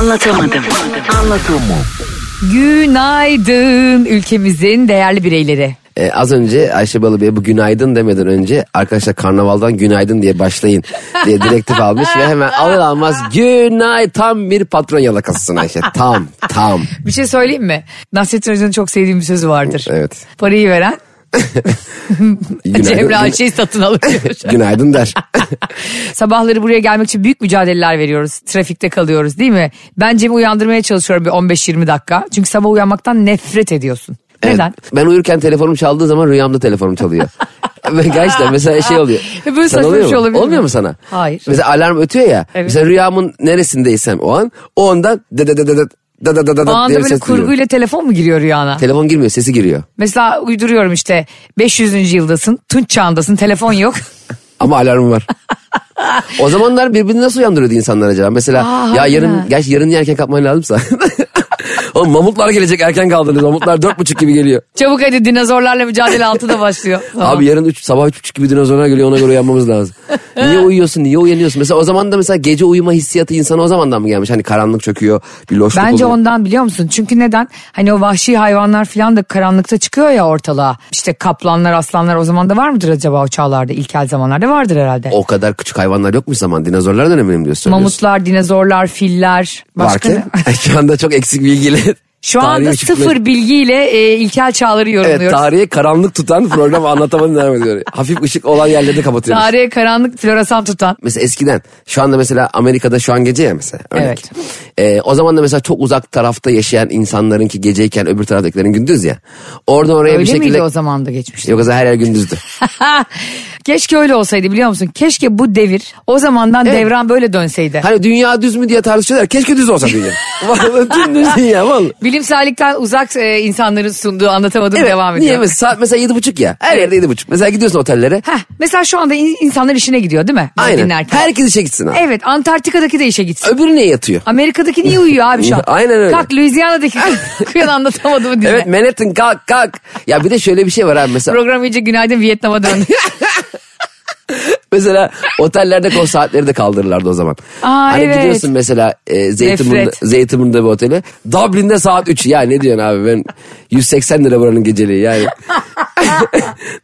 Anlatamadım. Anlatamadım. Günaydın ülkemizin değerli bireyleri. Ee, az önce Ayşe Balıbey'e bu günaydın demeden önce arkadaşlar karnavaldan günaydın diye başlayın diye direktif almış ve hemen alır almaz günay tam bir patron yalakasısın Ayşe. Tam tam. Bir şey söyleyeyim mi? Nasrettin Hoca'nın çok sevdiğim bir sözü vardır. Evet. Parayı veren Cemre Günaydın, Ayşe'yi satın alıyor. günaydın der. Sabahları buraya gelmek için büyük mücadeleler veriyoruz. Trafikte kalıyoruz değil mi? Ben Cem'i uyandırmaya çalışıyorum bir 15-20 dakika. Çünkü sabah uyanmaktan nefret ediyorsun. Evet, Neden? Ben uyurken telefonum çaldığı zaman rüyamda telefonum çalıyor. Ve gerçekten mesela şey oluyor. Ya böyle Sana saçma bir oluyor şey mu? olabilir mi? Olmuyor mu sana? Hayır. Mesela alarm ötüyor ya. Evet. Mesela rüyamın neresindeysem o an o anda da da da da da da da da da O da anda diye bir böyle ses duyuyorum. kurguyla telefon mu giriyor rüyana? Telefon girmiyor sesi giriyor. Mesela uyduruyorum işte 500. yıldasın, tunç çağındasın, telefon yok. Ama alarm var. o zamanlar birbirini nasıl uyandırıyordu insanlar acaba? Mesela Aa, ya yarın, harbiden. gerçi yarın niye erken kalkman lazımsa. Oğlum mamutlar gelecek erken kaldınız. Mamutlar dört buçuk gibi geliyor. Çabuk hadi dinozorlarla mücadele altıda başlıyor. Tamam. Abi yarın üç, sabah üç buçuk gibi dinozorlar geliyor ona göre uyanmamız lazım. niye uyuyorsun niye uyanıyorsun? Mesela o zaman da mesela gece uyuma hissiyatı insana o zamandan mı gelmiş? Hani karanlık çöküyor bir loşluk Bence oluyor. ondan biliyor musun? Çünkü neden? Hani o vahşi hayvanlar falan da karanlıkta çıkıyor ya ortalığa. İşte kaplanlar, aslanlar o zaman da var mıdır acaba o çağlarda? İlkel zamanlarda vardır herhalde. O kadar küçük hayvanlar yokmuş zaman dinozorlar dönemi mi diyorsun? Mamutlar, dinozorlar, filler. Başka Varken ne? şu anda çok eksik bilgiyle. Şu tarihi anda ışıkla- sıfır bilgiyle e, ilkel çağları yorumluyoruz. Evet tarihe karanlık tutan programı anlatamadan devam ediyor. Hafif ışık olan yerleri de kapatıyoruz. Tarihe karanlık floresan tutan. mesela eskiden şu anda mesela Amerika'da şu an gece ya mesela örnek. Ee, o zaman da mesela çok uzak tarafta yaşayan insanların ki geceyken öbür taraftakilerin gündüz ya. Orada oraya Öyle bir şekilde... miydi o zaman da geçmişte? Yok o zaman her yer gündüzdü. Keşke öyle olsaydı biliyor musun? Keşke bu devir o zamandan devran böyle dönseydi. hani dünya düz mü diye tartışıyorlar. Keşke düz olsa dünya. Vallahi dün düz dünya vallahi. Bilimsellikten uzak e, insanların sunduğu anlatamadığım Evet, devam ediyor. niye mesela saat mesela yedi buçuk ya. Her yerde yedi buçuk. Mesela gidiyorsun otellere. Heh, mesela şu anda in- insanlar işine gidiyor değil mi? Bizi Aynen. dinlerken. Herkes işe gitsin abi. Evet Antarktika'daki de işe gitsin. Öbürü niye yatıyor? Amerika'daki niye uyuyor abi şu an? Aynen öyle. Kalk Louisiana'daki kıyan anlatamadım diye. Evet Manhattan kalk kalk. Ya bir de şöyle bir şey var abi mesela. Program iyice günaydın Vietnam'a döndü. Mesela otellerde kol saatleri de kaldırırlardı o zaman. Aa, hani evet. gidiyorsun mesela e, Zeytinburnu'nda, Nefret. Zeytinburnu'nda bir otele. Dublin'de saat 3. Ya ne diyorsun abi ben 180 lira buranın geceliği yani.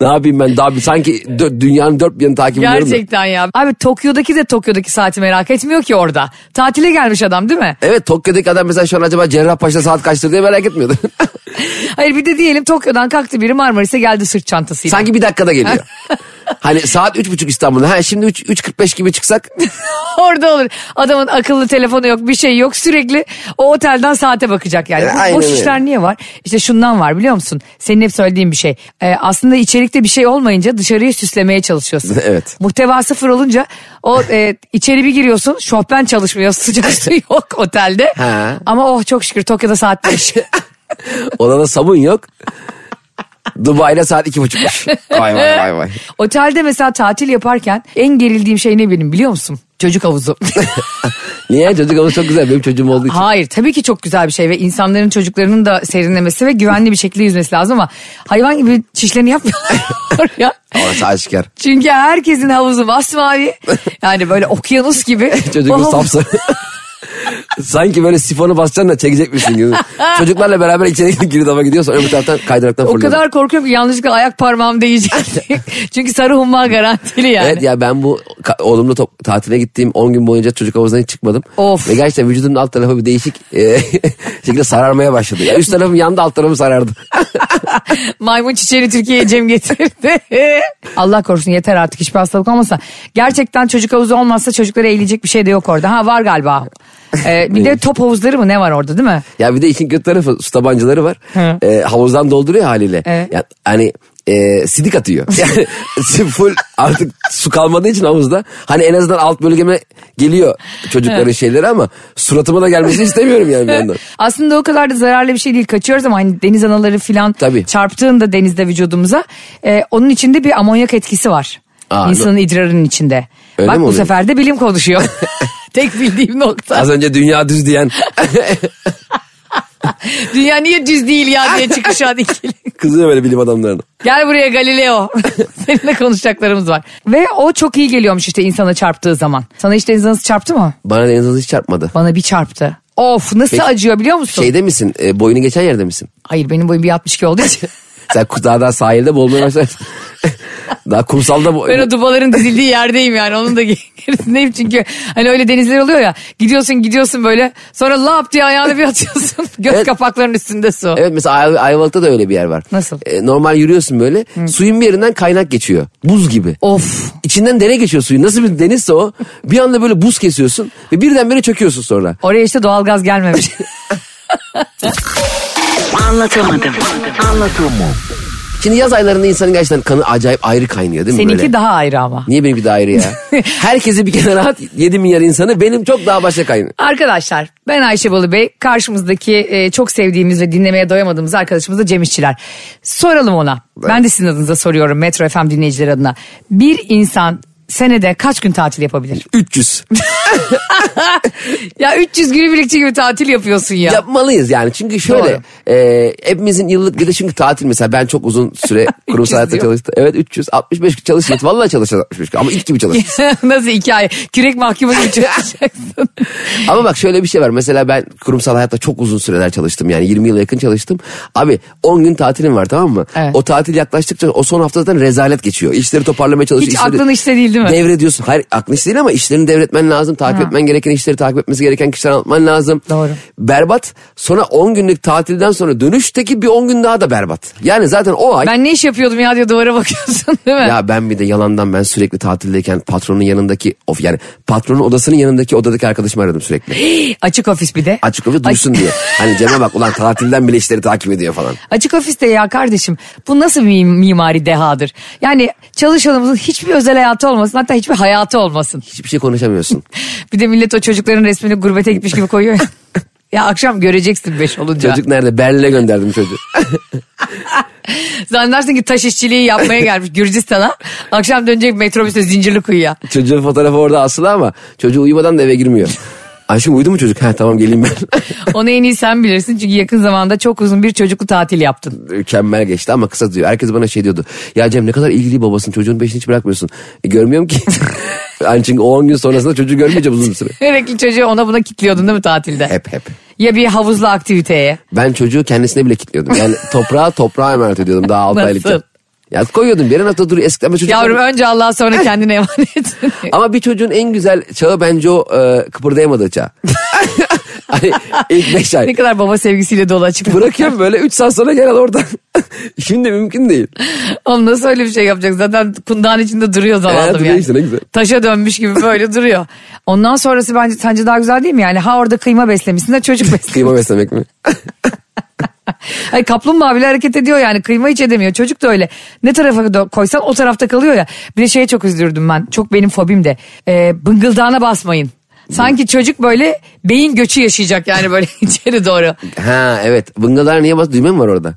ne yapayım ben Dublin sanki dö- dünyanın dört bir yanını takip ediyorum. da. Gerçekten ya. Abi Tokyo'daki de Tokyo'daki saati merak etmiyor ki orada. Tatile gelmiş adam değil mi? Evet Tokyo'daki adam mesela şu an acaba Cerrahpaşa'da saat kaçtır diye merak etmiyordu. Hayır bir de diyelim Tokyo'dan kalktı biri Marmaris'e geldi sırt çantasıyla. sanki bir dakikada geliyor. hani saat üç buçuk İstanbul'da. Ha şimdi üç- 3.45 gibi çıksak Orada olur. Adamın akıllı telefonu yok, bir şey yok. Sürekli o otelden saate bakacak yani. E, Bu aynen Boş öyle. işler niye var? İşte şundan var biliyor musun? Senin hep söylediğin bir şey. Ee, aslında içerikte bir şey olmayınca dışarıyı süslemeye çalışıyorsun. Evet. Muhteva sıfır olunca o e, içeri bir giriyorsun. Şofben çalışmıyor. Sıcak su yok otelde. Ha. Ama oh çok şükür Tokyo'da saat 5. odada sabun yok. Dubai'de saat iki buçukmuş. Vay vay vay vay. Otelde mesela tatil yaparken en gerildiğim şey ne benim biliyor musun? Çocuk havuzu. Niye? Çocuk havuzu çok güzel. Benim çocuğum olduğu için. Hayır tabii ki çok güzel bir şey ve insanların çocuklarının da serinlemesi ve güvenli bir şekilde yüzmesi lazım ama hayvan gibi çişlerini yapmıyorlar ya. Orası aşikar. Çünkü herkesin havuzu masmavi yani böyle okyanus gibi. O Çocuğumuz havuz- sapsarı. Sanki böyle sifonu basacaksın da çekecekmişsin gibi. Çocuklarla beraber içeri girdaba gidiyorsun. Öbür taraftan kaydıraktan O fırlıyor. kadar korkuyorum ki yanlışlıkla ayak parmağım değecek. Çünkü sarı humma garantili yani. Evet ya ben bu ka- oğlumla top, tatile gittiğim 10 gün boyunca çocuk havuzuna hiç çıkmadım. Of. Ve gerçekten vücudumun alt tarafı bir değişik e, şekilde sararmaya başladı. Ya üst tarafım yandı alt tarafım sarardı. Maymun çiçeğini Türkiye'ye Cem getirdi. Allah korusun yeter artık hiçbir hastalık olmasa. Gerçekten çocuk havuzu olmazsa çocuklara eğilecek bir şey de yok orada. Ha var galiba. Ee, bir de top havuzları mı ne var orada değil mi? Ya bir de işin kötü tarafı su tabancaları var. Hı. Ee, havuzdan dolduruyor haliyle. Evet. Ya, hani e, sidik atıyor. Yani full artık su kalmadığı için havuzda. Hani en azından alt bölgeme geliyor çocukların şeyleri ama suratıma da gelmesini istemiyorum yani bir yandan. Aslında o kadar da zararlı bir şey değil. Kaçıyoruz ama hani deniz anaları filan Tabii. çarptığında denizde vücudumuza e, onun içinde bir amonyak etkisi var. Aa, İnsanın idrarının içinde. Öyle Bak mi bu oluyor? sefer de bilim konuşuyor. Tek bildiğim nokta. Az önce dünya düz diyen Dünya niye düz değil ya diye çıkış an ikili. kızıyor böyle bilim adamlarına. Gel buraya Galileo. Seninle konuşacaklarımız var. Ve o çok iyi geliyormuş işte insana çarptığı zaman. Sana hiç deniz anası çarptı mı? Bana deniz anası hiç çarpmadı. Bana bir çarptı. Of nasıl Peki, acıyor biliyor musun? Şeyde misin? E, boyunu geçen yerde misin? Hayır benim boyum 1.62 olduğu için. Sen daha daha sahilde boğulmaya başlarsın. daha kumsalda bo- Ben o dubaların dizildiği yerdeyim yani onun da gerisindeyim çünkü hani öyle denizler oluyor ya gidiyorsun gidiyorsun böyle sonra lap diye ayağını bir atıyorsun göz Evet. kapaklarının üstünde su. Evet mesela Ay- Ayvalık'ta da öyle bir yer var. Nasıl? E, normal yürüyorsun böyle suyun bir yerinden kaynak geçiyor. Buz gibi. Of İçinden dere geçiyor suyun. Nasıl bir denizse o. Bir anda böyle buz kesiyorsun ve birdenbire çöküyorsun sonra. oraya işte doğalgaz gelmemiş. Anlatamadım. Anlatamadım. Şimdi yaz aylarında insanın gerçekten kanı acayip ayrı kaynıyor değil mi? Seninki böyle? daha ayrı ama. Niye benimki daha ayrı ya? Herkesi bir kenara at 7 milyar insanı benim çok daha başka kaynıyor. Arkadaşlar ben Ayşe Balı Bey karşımızdaki e, çok sevdiğimiz ve dinlemeye doyamadığımız arkadaşımız da Cem İşçiler. Soralım ona ben de sizin adınıza soruyorum Metro FM dinleyicileri adına. Bir insan senede kaç gün tatil yapabilir? 300. ya 300 günü birlikte gibi tatil yapıyorsun ya. Yapmalıyız yani çünkü şöyle e, hepimizin yıllık bir de çünkü tatil mesela ben çok uzun süre kurumsal 300 hayatta diyor. çalıştım. Evet 300 65 gün çalıştım. Vallahi çalıştım 65 gün ama ilk gibi çalıştım. Nasıl hikaye? Kürek mahkumu gibi çalışacaksın. Ama bak şöyle bir şey var. Mesela ben kurumsal hayatta çok uzun süreler çalıştım. Yani 20 yıla yakın çalıştım. Abi 10 gün tatilim var tamam mı? Evet. O tatil yaklaştıkça o son hafta zaten rezalet geçiyor. İşleri toparlamaya çalışıyor. Hiç işleri- aklın işte değil değil mi? Devrediyorsun. Hayır aklın iş değil ama işlerini devretmen lazım. Takip etmen gereken işleri takip etmesi gereken kişileri anlatman lazım. Doğru. Berbat. Sonra 10 günlük tatilden sonra dönüşteki bir 10 gün daha da berbat. Yani zaten o ay... Ben ne iş yapıyordum ya diye duvara bakıyorsun değil mi? Ya ben bir de yalandan ben sürekli tatildeyken patronun yanındaki of yani patronun odasının yanındaki odadaki arkadaşımı aradım sürekli. Açık ofis bir de. Açık ve duysun Ay- diye. Hani Cem'e bak ulan tatilden bile işleri takip ediyor falan. Açık ofiste ya kardeşim bu nasıl bir mimari dehadır? Yani çalışanımızın hiçbir özel hayatı olmasın hatta hiçbir hayatı olmasın. Hiçbir şey konuşamıyorsun. Bir de millet o çocukların resmini gurbete gitmiş gibi koyuyor ya. Ya akşam göreceksin beş olunca. Çocuk nerede? Berlin'e gönderdim çocuğu. Zannedersin ki taş işçiliği yapmaya gelmiş Gürcistan'a. Akşam dönecek metrobüste zincirli kuyuya. Çocuğun fotoğrafı orada asılı ama çocuğu uyumadan da eve girmiyor. Ayşem uyudu mu çocuk? Ha tamam geleyim ben. Onu en iyi sen bilirsin çünkü yakın zamanda çok uzun bir çocuklu tatil yaptın. Mükemmel geçti ama kısa diyor. Herkes bana şey diyordu. Ya Cem ne kadar ilgili babasın çocuğun peşini hiç bırakmıyorsun. E, görmüyorum ki. yani çünkü o 10 gün sonrasında çocuğu görmeyeceğim uzun bir süre. Sürekli çocuğu ona buna kitliyordun değil mi tatilde? Hep hep. Ya bir havuzlu aktiviteye. Ben çocuğu kendisine bile kilitliyordum. Yani toprağa toprağa emanet ediyordum daha 6 Nasıl? aylıkken. Ya koyuyordum bir yere nasıl duruyor eskiden ben çocuk Yavrum önce Allah sonra kendine emanet. Ama bir çocuğun en güzel çağı bence o e, kıpırdayamadığı çağ. hani ilk 5 ne ay. kadar baba sevgisiyle dolu açık. Bırakıyorum böyle 3 saat sonra gel al oradan. Şimdi mümkün değil. Oğlum nasıl öyle bir şey yapacak? Zaten kundağın içinde duruyor zavallı Ee, bir duruyor yani. işte, ne güzel. Taşa dönmüş gibi böyle duruyor. Ondan sonrası bence sence daha güzel değil mi? Yani ha orada kıyma beslemişsin de çocuk beslemişsin. Kıyma beslemek mi? Ay kaplumbağa bile hareket ediyor yani kıyma hiç edemiyor. Çocuk da öyle. Ne tarafa do- koysan o tarafta kalıyor ya. Bir de şeye çok üzülürdüm ben. Çok benim fobim de. Ee, bıngıldağına basmayın. Sanki çocuk böyle beyin göçü yaşayacak yani böyle içeri doğru. Ha evet. Bıngılar niye bas? Düğme mi var orada?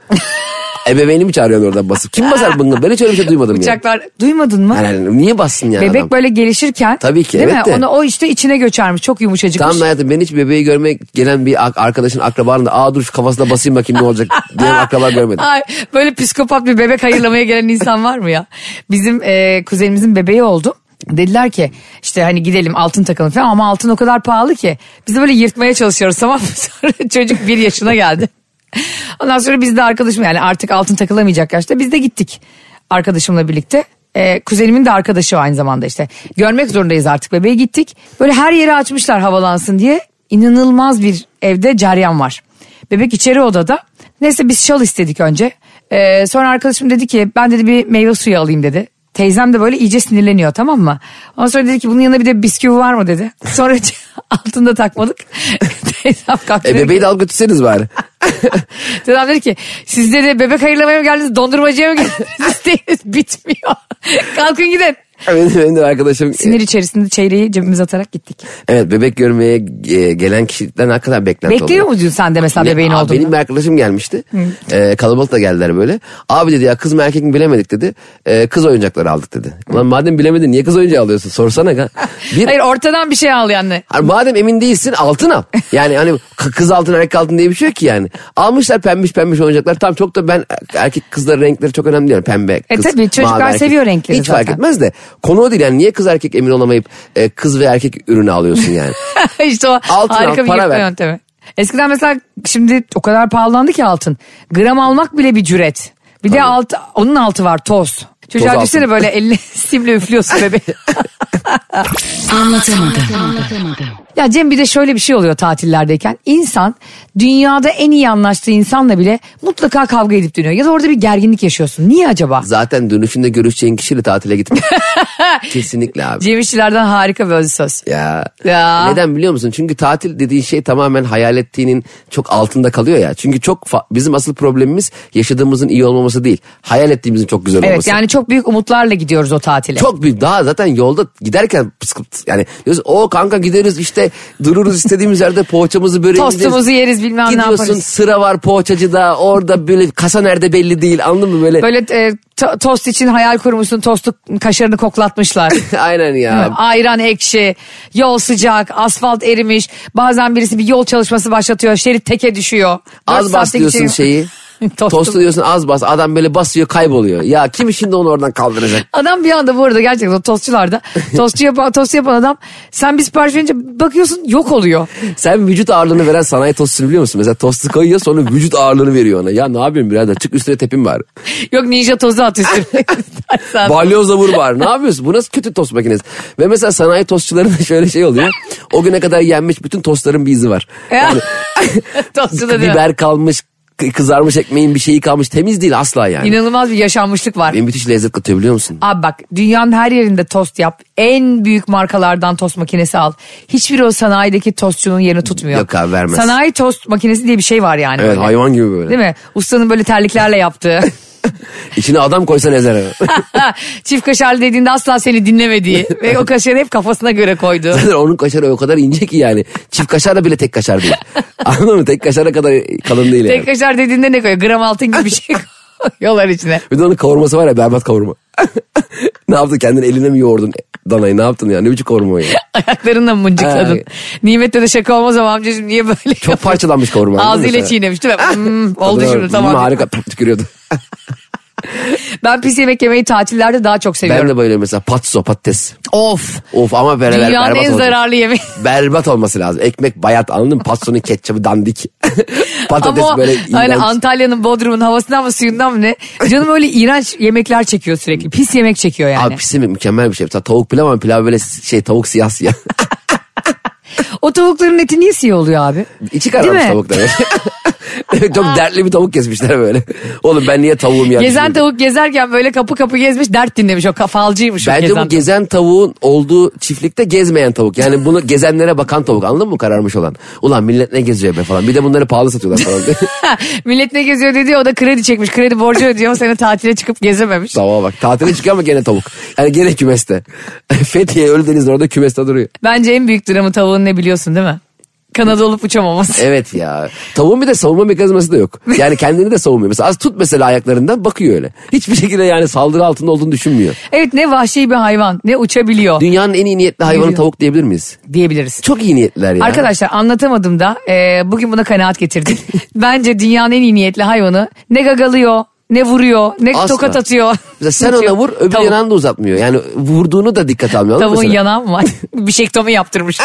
Ebeveynini mi çağırıyorsun oradan basıp? Kim basar bıngıl? Ben hiç öyle bir şey duymadım ya. Bıçaklar duymadın mı? Yani. niye bassın yani Bebek adam? böyle gelişirken Tabii ki, değil evet mi? de. Onu o işte içine göçermiş. Çok yumuşacıkmış. Tamam da hayatım ben hiç bebeği görmek gelen bir ak- arkadaşın akrabanın da aa dur şu kafasına basayım bakayım ne olacak diyen akraba görmedim. Ay, böyle psikopat bir bebek hayırlamaya gelen insan var mı ya? Bizim e, kuzenimizin bebeği oldu. Dediler ki işte hani gidelim altın takalım falan ama altın o kadar pahalı ki. Biz de böyle yırtmaya çalışıyoruz tamam mı? Sonra çocuk bir yaşına geldi. Ondan sonra biz de arkadaşım yani artık altın takılamayacak yaşta biz de gittik arkadaşımla birlikte. E, kuzenimin de arkadaşı o aynı zamanda işte. Görmek zorundayız artık bebeği gittik. Böyle her yeri açmışlar havalansın diye. İnanılmaz bir evde ceryan var. Bebek içeri odada. Neyse biz şal istedik önce. Ee, sonra arkadaşım dedi ki ben dedi bir meyve suyu alayım dedi. Teyzem de böyle iyice sinirleniyor tamam mı? Ondan sonra dedi ki bunun yanında bir de bisküvi var mı dedi. Sonra altında takmadık. Teyzem kalktı. E dedi ki- bebeği de al götürseniz bari. Dedem dedi ki siz dedi bebek hayırlamaya mı geldiniz dondurmacıya mı geldiniz İsteğiniz bitmiyor. Kalkın gidin. benim, benim de arkadaşım Sinir içerisinde çeyreği cebimize atarak gittik. evet bebek görmeye e, gelen kişiden hakikaten beklenti oluyor. Bekliyor muydun sen de mesela Ne- bebeğin Aa, olduğunu? Benim bir arkadaşım gelmişti. Ee, kalabalık da geldiler böyle. Abi dedi ya kız mı erkek mi bilemedik dedi. Ee, kız oyuncakları aldık dedi. Ulan madem bilemedin niye kız oyuncağı alıyorsun sorsana. ga. Bir, Hayır ortadan bir şey al yani. Hani madem emin değilsin altın al. Yani hani k- kız altın erkek altın diye bir şey yok ki yani. Almışlar pembiş pembiş oyuncaklar. Tam çok da ben erkek kızların renkleri çok önemli değil. Pembe E kız. tabii, çocuklar mavi, erkek. seviyor renkleri Hiç fark zaten. etmez de. Konu o değil yani niye kız erkek emin olamayıp e, kız ve erkek ürünü alıyorsun yani. işte o Altın al, harika bir para yırtma ver. yöntemi. Eskiden mesela şimdi o kadar pahalandı ki altın. Gram almak bile bir cüret. Bir de alt, onun altı var toz. Çocuğa Toz düşsene altın. böyle elini simle üflüyorsun bebeği. Ya Cem bir de şöyle bir şey oluyor tatillerdeyken. İnsan dünyada en iyi anlaştığı insanla bile mutlaka kavga edip dönüyor. Ya da orada bir gerginlik yaşıyorsun. Niye acaba? Zaten dönüşünde görüşeceğin kişiyle tatile gitme. Kesinlikle abi. Cem İşçilerden harika bir öz söz. Ya. Ya. Neden biliyor musun? Çünkü tatil dediğin şey tamamen hayal ettiğinin çok altında kalıyor ya. Çünkü çok fa- bizim asıl problemimiz yaşadığımızın iyi olmaması değil. Hayal ettiğimizin çok güzel Evet olması. yani çok büyük umutlarla gidiyoruz o tatile. Çok büyük daha zaten yolda giderken pıskırt yani diyoruz o kanka gideriz işte dururuz istediğimiz yerde poğaçamızı böreğimizi Tostumuzu yeriz bilmem ne Gidiyorsun yaparız. sıra var poğaçacıda orada böyle kasa nerede belli değil anladın mı böyle, Böyle e, to- tost için hayal kurmuşsun tostu kaşarını koklatmışlar. aynen ya Ayran ekşi, yol sıcak, asfalt erimiş. Bazen birisi bir yol çalışması başlatıyor. Şerit teke düşüyor. Dört az saatlik bas diyorsun şey- şeyi Tostu- tostu diyorsun az bas adam böyle basıyor kayboluyor ya kim şimdi onu oradan kaldıracak Adam bir anda bu arada gerçekten o tostçularda tostçu yapan, tost yapan adam sen bir sipariş verince bakıyorsun yok oluyor. Sen vücut ağırlığını veren sanayi tostunu biliyor musun? Mesela tostu koyuyor sonra vücut ağırlığını veriyor ona. Ya ne yapayım birader çık üstüne tepin var. Yok ninja tozu at üstüne. İstersen. Balyozla vur var. Ne yapıyorsun? Bu nasıl kötü tost makinesi? Ve mesela sanayi tostçularında şöyle şey oluyor. O güne kadar yenmiş bütün tostların bir izi var. Yani Tostçu da diyor. biber kalmış, kı- kızarmış ekmeğin bir şeyi kalmış. Temiz değil asla yani. İnanılmaz bir yaşanmışlık var. En müthiş lezzet katıyor biliyor musun? Abi bak dünyanın her yerinde tost yap. En büyük markalardan tost makinesi al. Hiçbir o sanayideki tostçunun yerini tutmuyor. Yok abi, vermez. Sanayi tost makinesi diye bir şey var yani. Evet böyle. hayvan gibi böyle. Değil mi? Ustanın böyle terliklerle yaptığı. İçine adam koysan ezer. hemen. Çift kaşarlı dediğinde asla seni dinlemediği. Ve o kaşarı hep kafasına göre koydu. Zaten onun kaşarı o kadar ince ki yani. Çift kaşarla bile tek kaşar değil. Anladın mı? Tek kaşara kadar kalın değil yani. Tek kaşar dediğinde ne koyuyor? Gram altın gibi bir şey koyuyorlar içine. Bir de onun kavurması var ya berbat kavurma. ne yaptın kendini eline mi yoğurdun danayı ne yaptın ya ne biçim kavurma o ya. Ayaklarınla mı mıncıkladın? Ay. Nimet'te de şaka olmaz ama amcacığım niye böyle Çok parçalanmış kavurma. Ağzıyla çiğnemiş değil mi? Hmm, oldu Tadına şimdi bak. tamam. Hmm, harika pıp, tükürüyordu. Ben pis yemek yemeyi tatillerde daha çok ben seviyorum. de böyle mesela patso patates. Of. Of ama beraber Dünyanın berbat en olması. zararlı yemeği. Berbat olması lazım. Ekmek bayat anladın mı? Patsonun ketçabı dandik. Patates Ama böyle hani iğrenç. Antalya'nın Bodrum'un havasından mı suyundan mı ne? Canım öyle iğrenç yemekler çekiyor sürekli. Pis yemek çekiyor yani. Abi pisi mi? mükemmel bir şey. Mesela tavuk pilav ama pilav böyle şey tavuk siyah siyah. O tavukların eti niye siyah oluyor abi? İçi kararmış mi? tavuk demek. Çok dertli bir tavuk kesmişler böyle. Oğlum ben niye tavuğum ya? Gezen tavuk gezerken böyle kapı kapı gezmiş dert dinlemiş o kafalcıymış o Bence gezen bu tavuk. gezen tavuğun olduğu çiftlikte gezmeyen tavuk. Yani bunu gezenlere bakan tavuk anladın mı kararmış olan? Ulan millet ne geziyor be falan. Bir de bunları pahalı satıyorlar falan. Millet ne geziyor dedi o da kredi çekmiş kredi borcu ödüyor ama seni tatile çıkıp gezememiş. Tamam bak tatile çıkıyor ama gene tavuk. Yani gene kümeste. Fethiye Ölüdeniz'in orada kümeste duruyor. Bence en büyük dramı tavuğun ne biliyorsun değil mi? Kanada olup uçamaması. Evet ya. Tavuğun bir de savunma mekanizması da yok. Yani kendini de savunmuyor. Mesela az tut mesela ayaklarından bakıyor öyle. Hiçbir şekilde yani saldırı altında olduğunu düşünmüyor. Evet ne vahşi bir hayvan ne uçabiliyor Dünyanın en iyi niyetli hayvanı Biliyor. tavuk diyebilir miyiz? diyebiliriz. Çok iyi niyetliler ya. Arkadaşlar anlatamadım da e, bugün buna kanaat getirdik. Bence dünyanın en iyi niyetli hayvanı ne gagalıyor ne vuruyor ne Asla. tokat atıyor. Mesela sen ona vur öbür Tavuk- yanağını da uzatmıyor. Yani vurduğunu da dikkat almıyor. anladın mı Tavuğun mesela? yanağı mı var? Bişektomi yaptırmış.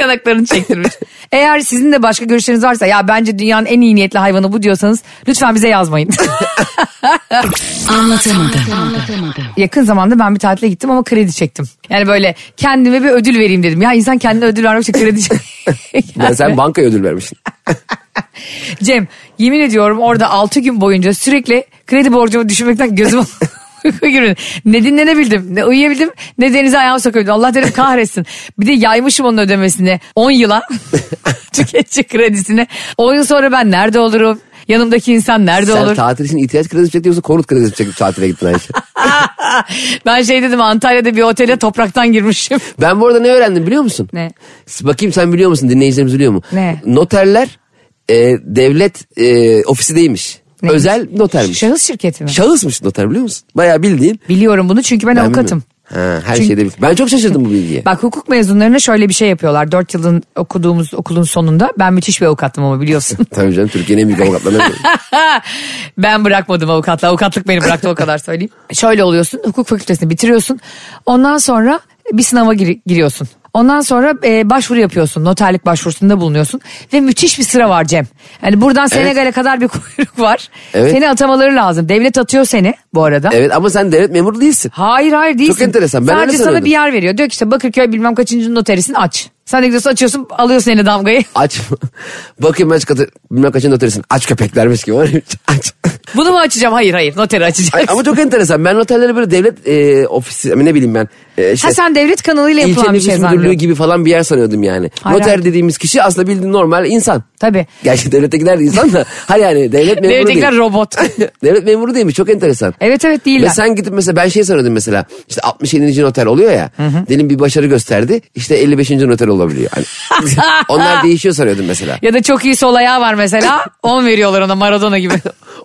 Yanaklarını çektirmiş. Eğer sizin de başka görüşleriniz varsa ya bence dünyanın en iyi niyetli hayvanı bu diyorsanız lütfen bize yazmayın. Yakın zamanda ben bir tatile gittim ama kredi çektim. Yani böyle kendime bir ödül vereyim dedim. Ya insan kendine ödül vermek için kredi çek. Ben sen bankaya ödül vermişsin. Cem yemin ediyorum orada 6 gün boyunca sürekli kredi borcumu düşünmekten gözüm uyku girmedi. Ne dinlenebildim, ne uyuyabildim, ne denize ayağımı sokabildim. Allah derim kahretsin. Bir de yaymışım onun ödemesini 10 yıla tüketici kredisine. 10 yıl sonra ben nerede olurum? Yanımdaki insan nerede sen olur? tatil için ihtiyaç kredisi mi çektin yoksa konut kredisi mi çekip tatile gittin şey. Ayşe? ben şey dedim Antalya'da bir otele topraktan girmişim. ben bu arada ne öğrendim biliyor musun? Ne? S- Bakayım sen biliyor musun dinleyicilerimiz biliyor mu? Ne? Noterler e, devlet e, ofisi değilmiş. Neymiş? Özel notermiş. Şahıs şirketi mi? Şahısmış noter biliyor musun? Bayağı bildiğin. Biliyorum bunu çünkü ben, Ben avukatım. bilmiyorum. Ha, her Çünkü- şeyde bil- Ben çok şaşırdım bu bilgiye. Bak hukuk mezunlarına şöyle bir şey yapıyorlar. 4 yılın okuduğumuz okulun sonunda ben müthiş bir avukattım ama biliyorsun. Tabii canım Türkiye'nin en büyük avukatlarına. ben bırakmadım avukatla. Avukatlık beni bıraktı o kadar söyleyeyim. Şöyle oluyorsun hukuk fakültesini bitiriyorsun. Ondan sonra bir sınava gir- giriyorsun. Ondan sonra e, başvuru yapıyorsun. Noterlik başvurusunda bulunuyorsun. Ve müthiş bir sıra var Cem. Yani buradan Senegal'e kadar bir kuyruk var. Evet. Seni atamaları lazım. Devlet atıyor seni bu arada. Evet ama sen devlet memuru değilsin. Hayır hayır değilsin. enteresan. Ben öyle Sadece sana sanıyordum. bir yer veriyor. Diyor ki işte Bakırköy bilmem kaçıncı noterisini aç. Sen de gidiyorsun açıyorsun alıyorsun eline damgayı. Aç. Bakayım ben kaç, bilmem kaçın noterisin. Aç köpeklermiş gibi. Aç. Bunu mu açacağım? Hayır hayır noteri açacaksın. Ay, ama çok enteresan. Ben noterlere böyle devlet e, ofisi ne bileyim ben. E, işte, ha sen devlet kanalıyla yapılan İlçe bir şey nüfus müdürlüğü zannediyorsun. gibi falan bir yer sanıyordum yani. Hayır, Noter hayır. dediğimiz kişi aslında bildiğin normal insan. Tabii. Gerçi devlete gider de insan da. Hayır yani devlet memuru değil. Devletlikler robot. devlet memuru değilmiş çok enteresan. evet evet değiller. Ve sen gidip mesela ben şey sanıyordum mesela işte 67. noter oluyor ya. Diyelim bir başarı gösterdi işte 55. noter olabiliyor. Hani onlar değişiyor sanıyordum mesela. Ya da çok iyi sol ayağı var mesela. 10 veriyorlar ona Maradona gibi.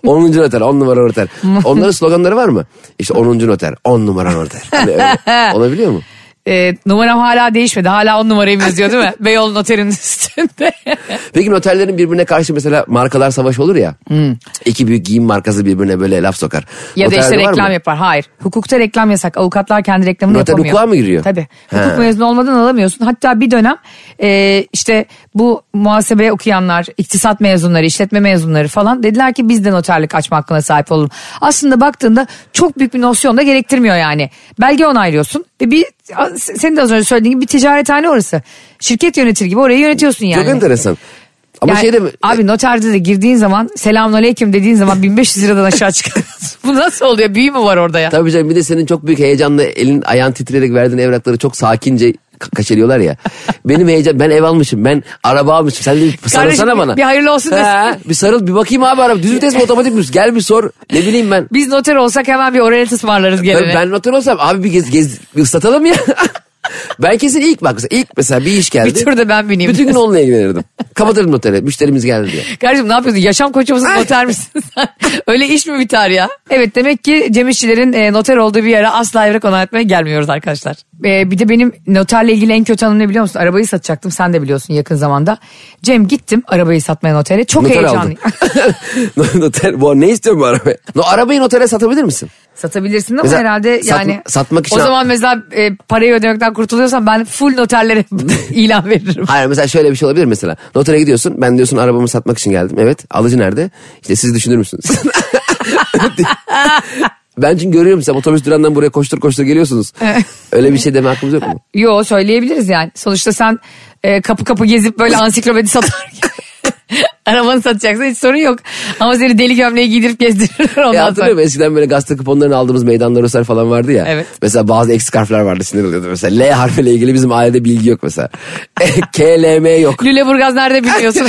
10. noter 10 numara noter. Onların sloganları var mı? İşte 10. noter 10 numara noter. Hani öyle. Olabiliyor mu? Ee, numaram hala değişmedi. Hala 10 numarayı yazıyor değil mi? Beyoğlu noterinin üstünde. Peki noterlerin birbirine karşı mesela markalar savaşı olur ya. İki büyük giyim markası birbirine böyle laf sokar. Hmm. ya da işte Noterde var reklam mı? yapar. Hayır. Hukukta reklam yasak. Avukatlar kendi reklamını Noter yapamıyor. hukuka mı giriyor? Tabii. Hukuk He. mezunu olmadan alamıyorsun. Hatta bir dönem e, işte bu muhasebe okuyanlar, iktisat mezunları, işletme mezunları falan dediler ki biz de noterlik açma hakkına sahip olalım. Aslında baktığında çok büyük bir nosyon da gerektirmiyor yani. Belge onaylıyorsun ve bir senin de az önce söylediğin gibi bir ticarethane orası. Şirket yönetir gibi orayı yönetiyorsun yani. Çok enteresan. Ama Yani, şey de mi? Abi noterde de girdiğin zaman selamun aleyküm dediğin zaman 1500 liradan aşağı çıkarıyorsun. Bu nasıl oluyor? Büyü mü var orada ya? Tabii canım bir de senin çok büyük heyecanla elin ayağın titreyerek verdiğin evrakları çok sakince ka- kaçırıyorlar ya. Benim heyecan ben ev almışım ben araba almışım sen de bir Kardeşim, sarılsana bir- bana. bir hayırlı olsun He, desin. bir sarıl bir bakayım abi araba düz vites mi otomatik mi gel bir sor ne bileyim ben. Biz noter olsak hemen bir oralet ısmarlarız Tabii gelene. ben noter olsam abi bir gez, gez bir ıslatalım ya. ben kesin ilk bak mesela ilk mesela bir iş geldi. Bir tur da ben bineyim. Bütün gün onunla ilgilenirdim. Kapatırım noteri müşterimiz geldi diye. Kardeşim ne yapıyorsun? Yaşam koçu musun? Noter misin sen? Öyle iş mi biter ya? Evet demek ki Cem İşçilerin e, noter olduğu bir yere asla evrak onaylatmaya gelmiyoruz arkadaşlar. E, bir de benim noterle ilgili en kötü anım ne biliyor musun? Arabayı satacaktım. Sen de biliyorsun yakın zamanda. Cem gittim arabayı satmaya notere. Çok Noter heyecanlıyım. aldın. noter bu ne istiyorsun bu arabayı? No, arabayı notere satabilir misin? Satabilirsin ama Mesela herhalde satma- yani. satmak için- O zaman mesela e, parayı ödemekten kurtuluyorsan ben full noterlere ilan veririm. Hayır mesela şöyle bir şey olabilir mesela. Notere gidiyorsun ben diyorsun arabamı satmak için geldim. Evet alıcı nerede? İşte siz düşünür müsünüz? ben çünkü görüyorum sen otobüs durandan buraya koştur koştur geliyorsunuz. Öyle bir şey deme hakkımız yok mu? Yo söyleyebiliriz yani. Sonuçta sen e, kapı kapı gezip böyle ansiklopedi satar Arabanı satacaksın hiç sorun yok. Ama seni deli gömleği giydirip gezdirirler E ondan hatırlıyor sonra. musun? Eskiden böyle gazete kuponlarını aldığımız meydanlar öser falan vardı ya. Evet. Mesela bazı eksik harfler vardı sinir oluyordu. Mesela L harfiyle ilgili bizim ailede bilgi yok mesela. E, K, L, M yok. Lüleburgaz nerede bilmiyorsun.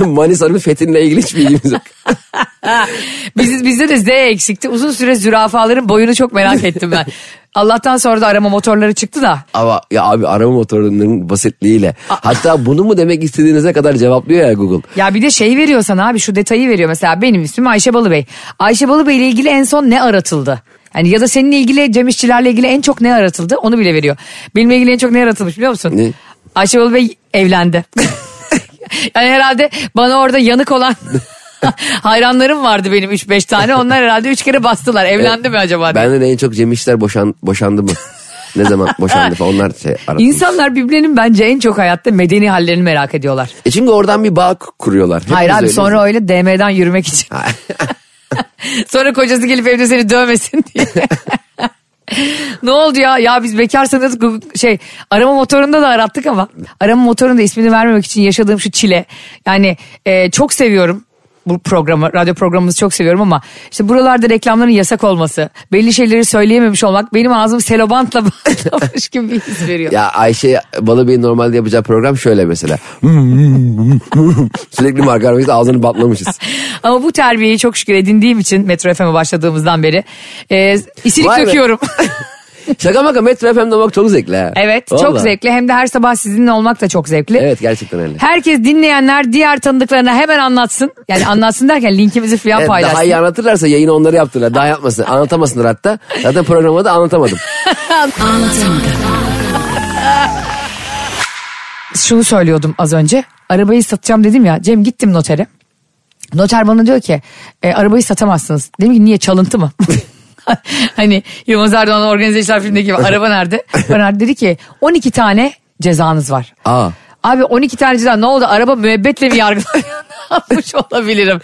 Manisa'nın fethinle ilgili hiç bilgimiz yok. Biz, bizde de Z eksikti. Uzun süre zürafaların boyunu çok merak ettim ben. Allah'tan sonra da arama motorları çıktı da. Ama ya abi arama motorunun basitliğiyle. Hatta bunu mu demek istediğinize kadar cevaplıyor ya Google. Ya bir de şey veriyor sana abi şu detayı veriyor. Mesela benim ismim Ayşe Balıbey. Ayşe Balıbey ile ilgili en son ne aratıldı? Yani ya da seninle ilgili Cem İşçilerle ilgili en çok ne aratıldı onu bile veriyor. Benimle ilgili en çok ne aratılmış biliyor musun? Ne? Ayşe Balıbey evlendi. yani herhalde bana orada yanık olan hayranlarım vardı benim 3-5 tane. Onlar herhalde 3 kere bastılar. Evlendi mi acaba? diye. Benden en çok Cem İşler boşan, boşandı mı? ne zaman boşandı falan onlar şey aradı. İnsanlar birbirlerinin bence en çok hayatta medeni hallerini merak ediyorlar. E çünkü oradan bir bağ ku- kuruyorlar. Hepimiz Hayır abi öyleyiz. sonra öyle DM'den yürümek için. sonra kocası gelip evde seni dövmesin diye. ne oldu ya? Ya biz bekarsanız Google- şey arama motorunda da arattık ama arama motorunda ismini vermemek için yaşadığım şu çile. Yani e, çok seviyorum bu programı, radyo programımızı çok seviyorum ama işte buralarda reklamların yasak olması, belli şeyleri söyleyememiş olmak benim ağzım selobantla bağlamış gibi bir his veriyor. Ya Ayşe Balıbey'in normalde yapacağı program şöyle mesela. Sürekli marka aramayız ağzını batlamışız. Ama bu terbiyeyi çok şükür edindiğim için Metro FM'e başladığımızdan beri e, isilik Vay be. döküyorum. Şaka maka Metro FM'de olmak çok zevkli ha. evet çok Vallahi. zevkli hem de her sabah sizinle olmak da çok zevkli. Evet gerçekten öyle. Herkes dinleyenler diğer tanıdıklarına hemen anlatsın. Yani anlatsın derken linkimizi falan Evet, daha paylaşsın. iyi anlatırlarsa yayını onları yaptırırlar. Daha yapmasın. Anlatamasınlar hatta. Zaten programda da anlatamadım. Şunu söylüyordum az önce. Arabayı satacağım dedim ya. Cem gittim notere. Noter bana diyor ki e, arabayı satamazsınız. Dedim ki niye çalıntı mı? hani Yılmaz Erdoğan'ın organize işler filmindeki gibi araba nerede? Bana dedi ki 12 tane cezanız var. Aa. Abi 12 tane ceza ne oldu? Araba müebbetle mi yargılanmış olabilirim?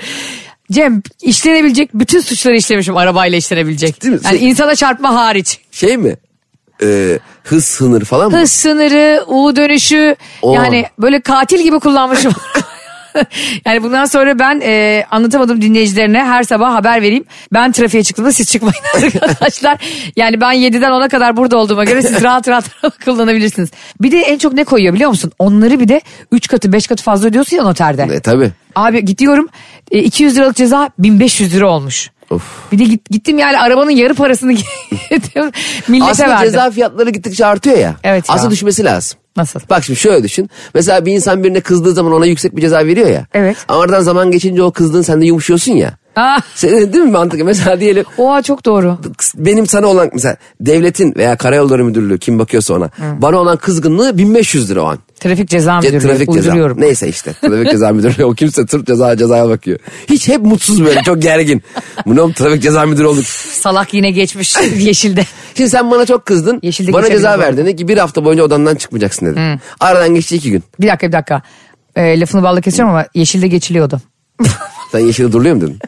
Cem işlenebilecek bütün suçları işlemişim arabayla işlenebilecek. Değil mi? Yani Şey- insana çarpma hariç. Şey mi? Ee, hız sınır falan mı? Hız sınırı, U dönüşü Oo. yani böyle katil gibi kullanmışım. yani bundan sonra ben e, anlatamadım dinleyicilerine her sabah haber vereyim. Ben trafiğe çıktığımda siz çıkmayın arkadaşlar. Yani ben 7'den 10'a kadar burada olduğuma göre siz rahat rahat kullanabilirsiniz. Bir de en çok ne koyuyor biliyor musun? Onları bir de 3 katı 5 katı fazla ödüyorsun ya noterde. E, tabii. Abi gidiyorum e, 200 liralık ceza 1500 lira olmuş. Of. Bir de git- gittim yani arabanın yarı parasını gittim millete Aslında verdim. ceza fiyatları gittikçe artıyor ya. Evet ya. Aslında düşmesi lazım. Nasıl? Bak şimdi şöyle düşün. Mesela bir insan birine kızdığı zaman ona yüksek bir ceza veriyor ya. Evet. Ama aradan zaman geçince o kızdığın sen de yumuşuyorsun ya. Ah. Sen, değil mi mantıklı? Mesela diyelim Oha çok doğru. benim sana olan mesela devletin veya karayolları müdürlüğü kim bakıyorsa ona. Bana olan kızgınlığı 1500 lira o an. Trafik ceza Ce- müdürlüğü. trafik ceza. Uyduruyorum. Neyse işte trafik ceza müdürü o kimse tırp ceza cezaya bakıyor. Hiç hep mutsuz böyle çok gergin. Bu ne oğlum, trafik ceza müdürü olduk. Salak yine geçmiş yeşilde. Şimdi sen bana çok kızdın. Yeşilde bana geçebiliriz ceza bu arada. verdin. Dedi ki bir hafta boyunca odandan çıkmayacaksın dedi. Aradan geçti iki gün. Bir dakika bir dakika. Ee, lafını balla kesiyorum ama yeşilde geçiliyordu. Sen yeşilde duruluyor mu dedin?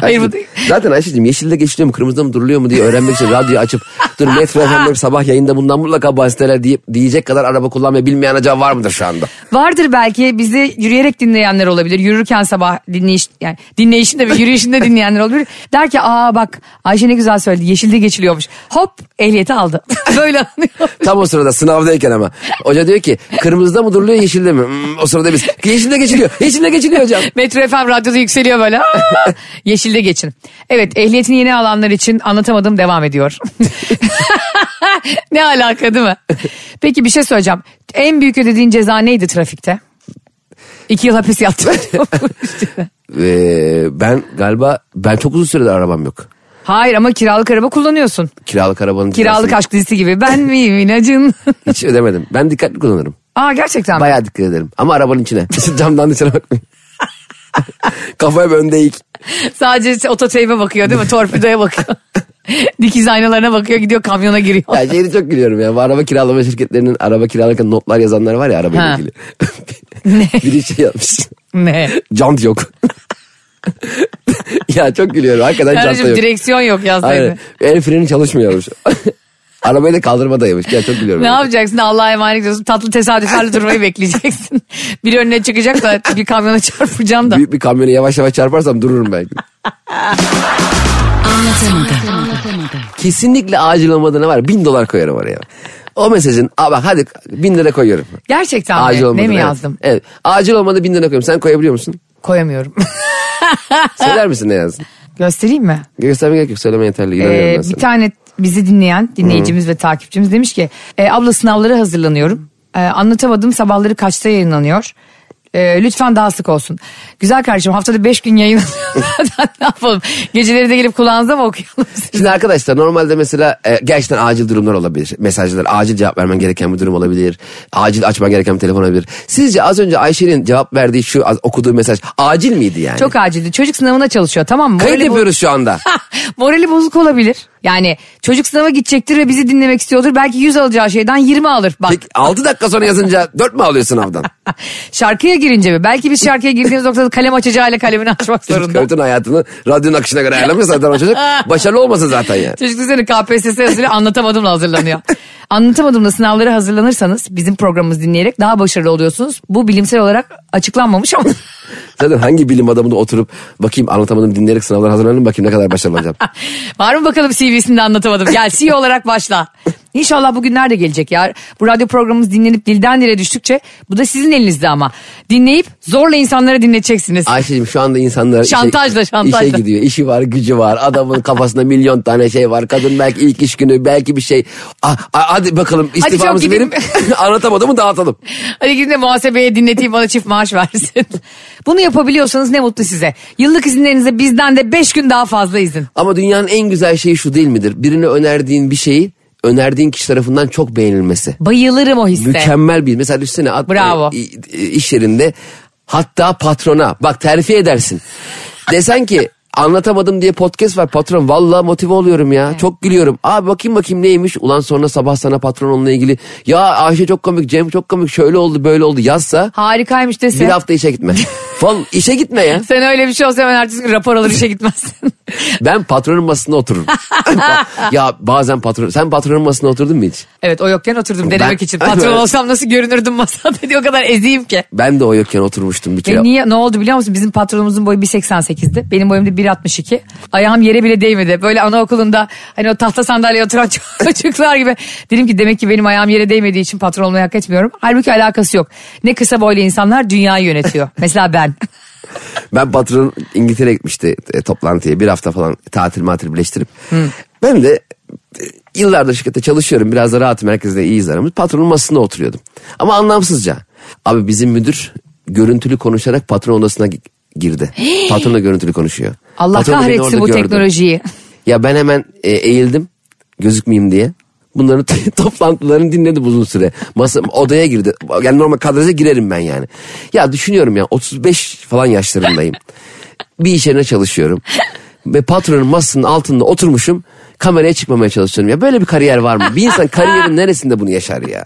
Hayır bu Zaten Ayşe'cim yeşilde geçiliyor mu kırmızıda mı duruluyor mu diye öğrenmek için radyoyu açıp dur Metro FM'de bir sabah yayında bundan mutlaka bahsederler diye, diyecek kadar araba kullanmayı bilmeyen acaba var mıdır şu anda? vardır belki bizi yürüyerek dinleyenler olabilir. Yürürken sabah dinleyiş yani dinleyişinde ve yürüyüşünde dinleyenler olabilir. Der ki aa bak Ayşe ne güzel söyledi yeşilde geçiliyormuş. Hop ehliyeti aldı. Böyle anlıyor. Tam o sırada sınavdayken ama. Hoca diyor ki kırmızıda mı duruluyor yeşilde mi? Hmm, o sırada biz yeşilde geçiliyor. Yeşilde geçiliyor hocam. Metro FM radyoda yükseliyor böyle. Aa! Yeşilde geçin. Evet ehliyetini yeni alanlar için anlatamadım devam ediyor. ne alaka değil mi? Peki bir şey söyleyeceğim. En büyük ödediğin ceza neydi trafikte? İki yıl hapis yattım. Ee, ben galiba ben çok uzun süredir arabam yok. Hayır ama kiralık araba kullanıyorsun. Kiralık arabanın Kiralık cezasını aşk dizisi gibi. Ben miyim inacın? hiç ödemedim. Ben dikkatli kullanırım. Aa gerçekten mi? Bayağı dikkat ederim. Ama arabanın içine. Camdan dışarı bakmayın. Kafaya böyle önde eğik. Sadece ototeybe bakıyor değil mi? Torpidoya bakıyor. Dikiz aynalarına bakıyor gidiyor kamyona giriyor. Ya şeyini çok gülüyorum ya. Bu araba kiralama şirketlerinin araba kiralarken notlar yazanlar var ya arabayla Ha. ilgili. Ne? Biri şey yapmış. ne? Jant yok. ya çok gülüyorum. Hakikaten jant da Kardeşim yok. direksiyon yok yazsaydı. Aynen. El freni çalışmıyormuş. Arabayı da kaldırmadaymış. Ya çok gülüyorum. Ne yapacaksın? Allah'a emanet ediyorsun. Tatlı tesadüflerle durmayı bekleyeceksin. Biri önüne çıkacak da bir kamyona çarpacaksın da. Büyük bir kamyonu yavaş yavaş çarparsam dururum belki. Kesinlikle acil olmadığına var. ya, Bin dolar koyarım oraya. O mesajın aa bak hadi bin lira koyuyorum. Gerçekten Acil mi? olmadı. Ne mi evet. yazdım? Evet. Acil olmadı bin lira koyuyorum. Sen koyabiliyor musun? Koyamıyorum. Söyler misin ne yazdın? Göstereyim mi? Gösterme gerek yok. Söyleme yeterli. Ee, İnanıyorum ben bir sana. tane bizi dinleyen dinleyicimiz ve takipçimiz demiş ki "E, abla sınavlara hazırlanıyorum. E, anlatamadım sabahları kaçta yayınlanıyor. E, lütfen daha sık olsun. Güzel kardeşim haftada 5 gün yayınlanıyor. Zaten ne yapalım? Geceleri de gelip kulağınıza mı okuyalım? Şimdi arkadaşlar normalde mesela e, gerçekten acil durumlar olabilir. Mesajlar acil cevap vermen gereken bir durum olabilir. Acil açman gereken bir telefon olabilir. Sizce az önce Ayşe'nin cevap verdiği şu az- okuduğu mesaj acil miydi yani? Çok acildi. Çocuk sınavına çalışıyor tamam mı? Kayıt Morali bo- yapıyoruz şu anda. Morali bozuk olabilir. Yani çocuk sınava gidecektir ve bizi dinlemek istiyordur. Belki 100 alacağı şeyden 20 alır. Bak Peki 6 dakika sonra yazınca 4 mü alıyor sınavdan? şarkıya girince mi? Belki biz şarkıya girdiğimiz noktada kalem açacağıyla kalemini açmak zorunda. Bütün hayatını radyonun akışına göre ayarlamıyor zaten o çocuk. Başarılı olmasın zaten yani. Çocuk seni KPSS hazırlıyor anlatamadımla hazırlanıyor. anlatamadımla sınavlara hazırlanırsanız bizim programımızı dinleyerek daha başarılı oluyorsunuz. Bu bilimsel olarak açıklanmamış ama Zaten hangi bilim adamı da oturup bakayım anlatamadım dinleyerek sınavlara hazırlanayım bakayım ne kadar başarılı olacağım. var mı bakalım CV'sinde anlatamadım. Gel CEO olarak başla. İnşallah bugünler de gelecek ya. Bu radyo programımız dinlenip dilden dile düştükçe bu da sizin elinizde ama. Dinleyip zorla insanlara dinleteceksiniz. Ayşe'cim şu anda insanlar işe- Şantajla, şantajla. işe gidiyor. İşi var gücü var adamın kafasında milyon tane şey var. Kadın belki ilk iş günü belki bir şey. Ah, ah, hadi bakalım istifamızı çok gidin. verip anlatamadığımı dağıtalım. Hadi gidin de muhasebeye dinleteyim bana çift maaş versin. Bunu yapabiliyorsanız ne mutlu size. Yıllık izinlerinize bizden de 5 gün daha fazla izin. Ama dünyanın en güzel şeyi şu değil midir? Birine önerdiğin bir şeyi önerdiğin kişi tarafından çok beğenilmesi. Bayılırım o hisse. Mükemmel bir mesela düşünsene at, Bravo. e, i- iş yerinde hatta patrona bak terfi edersin. Desen ki Anlatamadım diye podcast var patron. Valla motive oluyorum ya. Çok gülüyorum. Abi bakayım bakayım neymiş. Ulan sonra sabah sana patron onunla ilgili. Ya Ayşe çok komik, Cem çok komik. Şöyle oldu böyle oldu yazsa. Harikaymış dese. Bir hafta işe gitme. Falan işe gitme ya. Sen öyle bir şey olsa hemen ertesi gün rapor alır işe gitmezsin. Ben patronun masasında otururum. ya bazen patron... Sen patronun masasında oturdun mu hiç? evet o yokken oturdum denemek Ben- için. Patron olsam nasıl görünürdüm masada diye o kadar eziyim ki. Ben de o yokken oturmuştum bir Ya kere. niye ne oldu biliyor musun? Bizim patronumuzun boyu 1.88'di. Benim boyum da 1.62. Ayağım yere bile değmedi. Böyle anaokulunda hani o tahta sandalyeye oturan çocuklar gibi. Dedim ki demek ki benim ayağım yere değmediği için patron olmayı hak etmiyorum. Halbuki alakası yok. Ne kısa boylu insanlar dünyayı yönetiyor. Mesela ben. Ben patron İngiltere'ye gitmişti e, toplantıya. Bir hafta falan tatil matil birleştirip. Ben de e, yıllardır şirkette çalışıyorum. Biraz da rahatım. Herkesle iyiyiz aramız. Patronun masasında oturuyordum. Ama anlamsızca. Abi bizim müdür görüntülü konuşarak patron odasına gi- girdi. Patronla görüntülü konuşuyor. Allah Patron da beni kahretsin orada bu gördü. teknolojiyi. Ya ben hemen e, eğildim gözükmeyeyim diye. Bunların toplantılarını dinledim uzun süre. Masa, odaya girdi. Yani normal kadraja girerim ben yani. Ya düşünüyorum ya 35 falan yaşlarındayım. bir iş yerine çalışıyorum. Ve patronun masasının altında oturmuşum. Kameraya çıkmamaya çalışıyorum ya. Böyle bir kariyer var mı? Bir insan kariyerin neresinde bunu yaşar ya?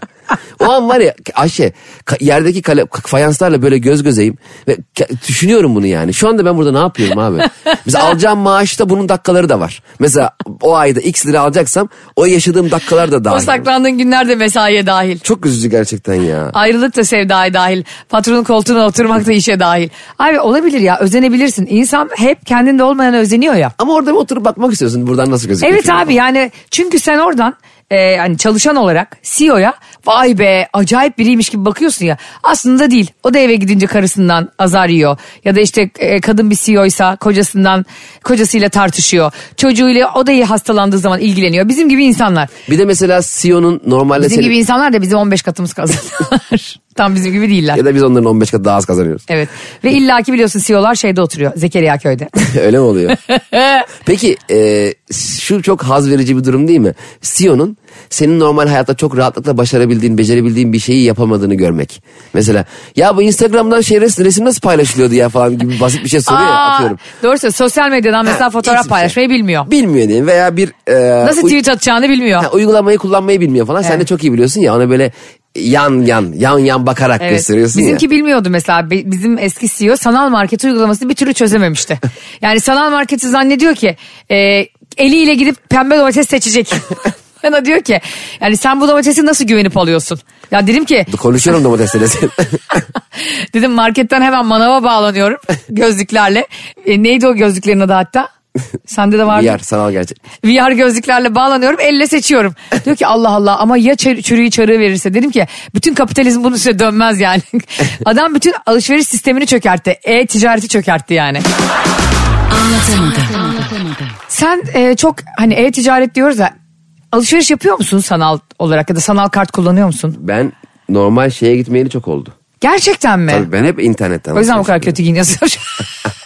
O an var ya Ayşe ka- yerdeki kale, fayanslarla böyle göz gözeyim ve ke- düşünüyorum bunu yani. Şu anda ben burada ne yapıyorum abi? Biz alacağım maaşta bunun dakikaları da var. Mesela o ayda x lira alacaksam o yaşadığım dakikalar da O dahil. saklandığın günler de mesaiye dahil. Çok üzücü gerçekten ya. Ayrılık da sevdaya dahil. Patronun koltuğuna oturmak da işe dahil. Abi olabilir ya özenebilirsin. İnsan hep kendinde olmayan özeniyor ya. Ama orada bir oturup bakmak istiyorsun buradan nasıl gözüküyor. Evet film? abi yani çünkü sen oradan e, hani çalışan olarak CEO'ya vay be acayip biriymiş gibi bakıyorsun ya. Aslında değil. O da eve gidince karısından azar yiyor. Ya da işte e, kadın bir CEO'ysa kocasından kocasıyla tartışıyor. Çocuğuyla o da iyi hastalandığı zaman ilgileniyor. Bizim gibi insanlar. Bir de mesela CEO'nun normalde Bizim seni- gibi insanlar da bize 15 katımız kazanıyorlar. Tam bizim gibi değiller. ya da biz onların 15 kat daha az kazanıyoruz. Evet. Ve illaki biliyorsun CEO'lar şeyde oturuyor. Zekeriya köyde. Öyle mi oluyor? Peki e, şu çok haz verici bir durum değil mi? CEO'nun senin normal hayatta çok rahatlıkla başarabildiğin, becerebildiğin bir şeyi yapamadığını görmek. Mesela ya bu Instagram'dan şey resim, resim nasıl paylaşılıyordu ya falan gibi basit bir şey soruyor ya Aa, atıyorum. Doğru söylüyor. Sosyal medyadan mesela hiçbir fotoğraf şey. paylaşmayı bilmiyor. Bilmiyor diyeyim veya bir... e, Nasıl uy- tweet atacağını bilmiyor. Ha, uygulamayı kullanmayı bilmiyor falan. Sen de Evet. çok iyi biliyorsun ya ona böyle yan yan, yan yan bakarak gösteriyorsun ya. Bizimki bilmiyordu mesela. Bi- Bizim eski CEO sanal market uygulamasını bir türlü çözememişti. yani sanal marketi zannediyor ki e, eliyle gidip pembe domates seçecek. Bana diyor ki yani sen bu domatesi nasıl güvenip alıyorsun? Ya dedim ki Konuşuyorum domatesle sen. dedim marketten hemen manava bağlanıyorum gözlüklerle. E, neydi o gözlüklerin adı hatta? Sende de vardı. Yer sanal gerçek. VR gözlüklerle bağlanıyorum elle seçiyorum. Diyor ki Allah Allah ama ya çür- çürüyü çarığı verirse dedim ki bütün kapitalizm bunun üstüne dönmez yani. Adam bütün alışveriş sistemini çökertti. E-ticareti çökertti yani. Sen e, çok hani e-ticaret diyoruz da alışveriş yapıyor musun sanal olarak ya da sanal kart kullanıyor musun? Ben normal şeye gitmeyeli çok oldu. Gerçekten mi? Tabii ben hep internetten O yüzden bu alışveriş kadar kötü giyiniyorsun.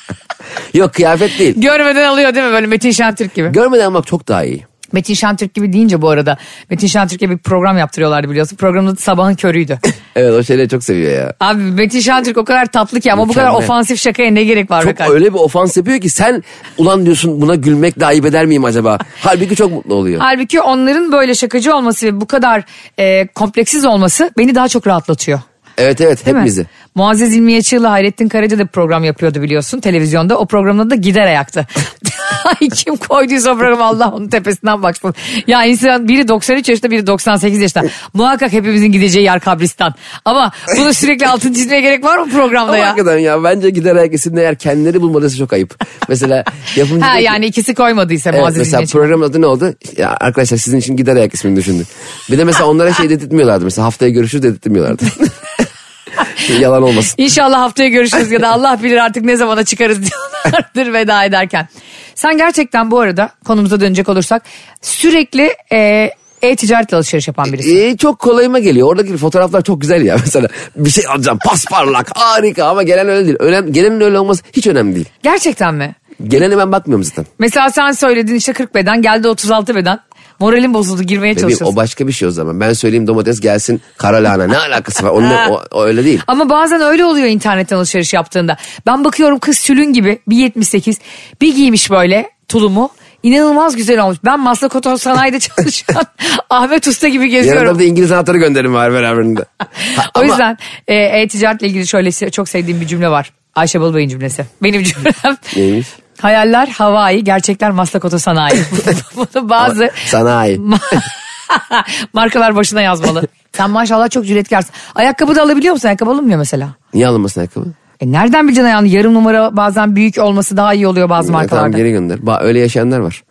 Yok kıyafet değil. Görmeden alıyor değil mi böyle Metin Şentürk gibi? Görmeden almak çok daha iyi. Metin Şentürk gibi deyince bu arada Metin Şentürk'e bir program yaptırıyorlardı biliyorsun. Programın adı sabahın körüydü. Evet o şeyleri çok seviyor ya. Abi Metin Şentürk o kadar tatlı ki ama bu kadar Mükemmel. ofansif şakaya ne gerek var be Çok kardeşim? öyle bir ofans yapıyor ki sen ulan diyorsun buna gülmek daha ayıp eder miyim acaba? Halbuki çok mutlu oluyor. Halbuki onların böyle şakacı olması ve bu kadar e, kompleksiz olması beni daha çok rahatlatıyor. Evet evet Değil mi? hepimizi. Muazzez İlmiye Çığ'la Hayrettin Karaca da program yapıyordu biliyorsun televizyonda. O programda da gider ayaktı. Ay kim koyduysa o programı Allah onun tepesinden baksın. Ya insan biri 93 yaşında biri 98 yaşında. Muhakkak hepimizin gideceği yer kabristan. Ama bunu sürekli altın çizmeye gerek var mı programda Ama ya? hakikaten ya bence gider ayak isimli eğer kendileri bulmadısı çok ayıp. mesela yapımcı Ha diyor ki- yani ikisi koymadıysa Evet, Muazzez mesela İlmiye Çığ. programın adı ne oldu? Ya arkadaşlar sizin için gider ayak ismini düşündüm. Bir de mesela onlara şey dedirtmiyorlardı. Mesela haftaya görüşürüz dedirtmiyorlardı. Yalan olmasın. İnşallah haftaya görüşürüz ya da Allah bilir artık ne zamana çıkarız diyorlardır veda ederken. Sen gerçekten bu arada konumuza dönecek olursak sürekli e, e-ticaretle alışveriş yapan birisin. Ee, çok kolayıma geliyor. Oradaki fotoğraflar çok güzel ya. Mesela bir şey alacağım pasparlak harika ama gelen öyle değil. Önem, gelenin öyle olması hiç önemli değil. Gerçekten mi? Gelene ben bakmıyorum zaten. Mesela sen söyledin işte 40 beden geldi 36 beden. Moralim bozuldu girmeye Bebeğim, çalışıyorsun. o başka bir şey o zaman. Ben söyleyeyim domates gelsin kara lahana. Ne alakası var? Onunla, o, o öyle değil. Ama bazen öyle oluyor internetten alışveriş yaptığında. Ben bakıyorum kız sülün gibi bir 78 bir giymiş böyle tulumu. İnanılmaz güzel olmuş. Ben Maslak Oto Sanayi'de çalışan Ahmet Usta gibi Yanında geziyorum. bir de İngiliz anahtarı gönderim var beraberinde. Ha, O ama yüzden e, e-ticaretle ilgili şöyle se- çok sevdiğim bir cümle var. Ayşe Balıbey'in cümlesi. Benim cümlem. Neymiş? Hayaller havai, gerçekler maslak oto sanayi. Bunu bazı Sanayi. markalar başına yazmalı. Sen maşallah çok cüretkarsın. Ayakkabı da alabiliyor musun? Ayakkabı alınmıyor mesela. Niye alınmasın ayakkabı? E nereden bileceksin ayağını? Yarım numara bazen büyük olması daha iyi oluyor bazı Ya, Tamam markalarda. geri gönder. Ba öyle yaşayanlar var.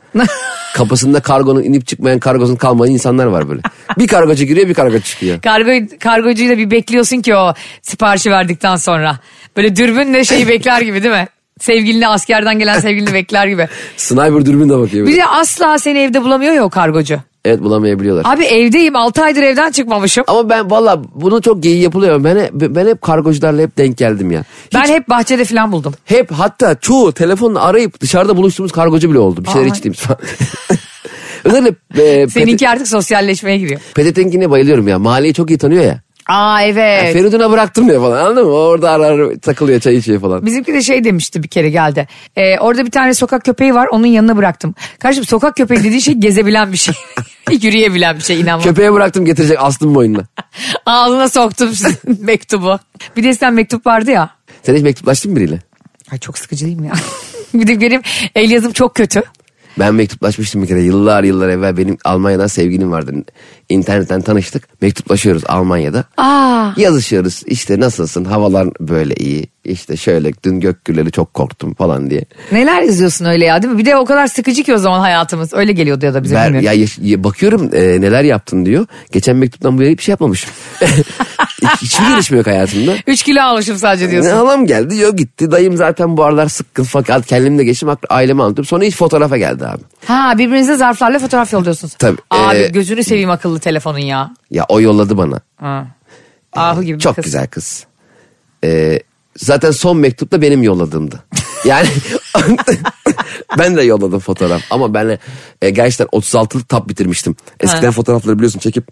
Kapısında kargonun inip çıkmayan kargosun kalmayan insanlar var böyle. Bir kargocu giriyor bir kargo çıkıyor. Kargo, kargocuyla bir bekliyorsun ki o siparişi verdikten sonra. Böyle dürbünle şeyi bekler gibi değil mi? Sevgilini askerden gelen sevgilini bekler gibi. Sniper dürbünle bakıyor. Bir böyle. de asla seni evde bulamıyor ya o kargocu. Evet bulamayabiliyorlar. Abi evdeyim 6 aydır evden çıkmamışım. Ama ben valla bunu çok iyi yapılıyor. Ben, hep- ben hep kargocularla hep denk geldim ya. Ben hep bahçede falan buldum. Hep hatta çoğu telefonla arayıp dışarıda buluştuğumuz kargocu bile oldu. Bir şeyler Ay. içtiğimiz falan. Özellikle e, Seninki artık sosyalleşmeye giriyor. Petetenkine bayılıyorum ya. Mahalleyi çok iyi tanıyor ya. Aa evet. Feridun'a bıraktım diyor falan anladın mı? Orada arar takılıyor çay içiyor falan. Bizimki de şey demişti bir kere geldi. Ee, orada bir tane sokak köpeği var onun yanına bıraktım. Kardeşim sokak köpeği dediğin şey gezebilen bir şey. Yürüyebilen bir şey inanma. Köpeğe bıraktım getirecek astım boynuna. Ağzına soktum mektubu. Bir de sen mektup vardı ya. Sen hiç mektuplaştın mı biriyle? Ay çok sıkıcı değil mi ya? bir de benim el yazım çok kötü. Ben mektuplaşmıştım bir kere yıllar yıllar evvel benim Almanya'dan sevgilim vardı. İnternetten tanıştık mektuplaşıyoruz Almanya'da. Aa. Yazışıyoruz işte nasılsın havalar böyle iyi işte şöyle dün gök gürleri çok korktum falan diye. Neler yazıyorsun öyle ya değil mi? Bir de o kadar sıkıcı ki o zaman hayatımız. Öyle geliyordu ya da bize Ben, bilmiyorum. ya, yaş- ya bakıyorum e, neler yaptın diyor. Geçen mektuptan bu yana hiçbir şey yapmamışım. Hiç- Hiçbir gelişme yok hayatımda. 3 kilo almışım sadece Ne diyorsun. halam geldi yok gitti. Dayım zaten bu aralar sıkkın fakat kendimle geçtim ak- aileme anlatıyorum. Sonra hiç fotoğrafa geldi abi. Ha birbirinize zarflarla fotoğraf yolluyorsunuz. Tabii, Abi ee, gözünü seveyim akıllı telefonun ya. Ya o yolladı bana. Ha. Ahu gibi bir Çok kız. güzel kız. Ee, zaten son mektup da benim yolladığımdı. Yani ben de yolladım fotoğraf ama ben e, gerçekten 36'lık tap bitirmiştim. Eskiden Ha. fotoğrafları biliyorsun çekip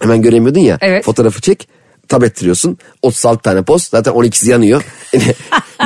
hemen göremiyordun ya. Evet. Fotoğrafı çek tab ettiriyorsun. 36 tane post zaten 12'si yanıyor.